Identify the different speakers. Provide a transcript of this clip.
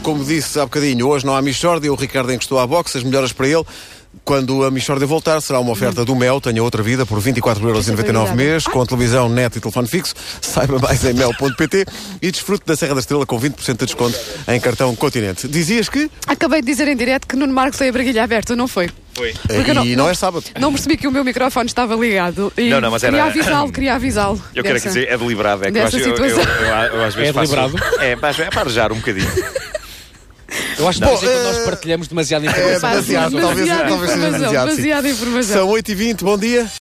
Speaker 1: Como disse há bocadinho, hoje não há Michórdia, o Ricardo encostou à boxe, as melhoras para ele. Quando a Michórdia voltar, será uma oferta do Mel, tenha outra vida, por 24,99€ mês, com televisão, net e telefone fixo. Saiba mais em mel.pt e desfrute da Serra da Estrela com 20% de desconto em cartão Continente. Dizias que?
Speaker 2: Acabei de dizer em direto que Nuno Marcos tem a braguilha aberta, não foi?
Speaker 3: Foi.
Speaker 2: Porque
Speaker 1: e
Speaker 2: eu não-
Speaker 1: não é sábado.
Speaker 2: Não percebi que o meu microfone estava ligado. E
Speaker 3: Não, não, mas era-
Speaker 2: Queria avisá-lo, queria avisá-lo.
Speaker 3: Eu quero
Speaker 2: dessa.
Speaker 3: dizer, é deliberado. É que eu,
Speaker 2: dessa
Speaker 3: acho- eu, eu, eu,
Speaker 2: situação.
Speaker 3: eu às vezes
Speaker 4: É
Speaker 3: faço-
Speaker 4: deliberado?
Speaker 3: É, mas é para arejar um bocadinho.
Speaker 4: Eu acho que
Speaker 1: Bom,
Speaker 4: de vez em quando
Speaker 1: eh,
Speaker 4: nós partilhamos demasiada
Speaker 1: é
Speaker 4: informação.
Speaker 2: Pá,
Speaker 1: demasiado,
Speaker 2: demasiada
Speaker 1: talvez- talvez seja
Speaker 2: informação,
Speaker 1: demasiado, sim.
Speaker 2: é. demasiada informação.
Speaker 1: São 8h20, bom dia.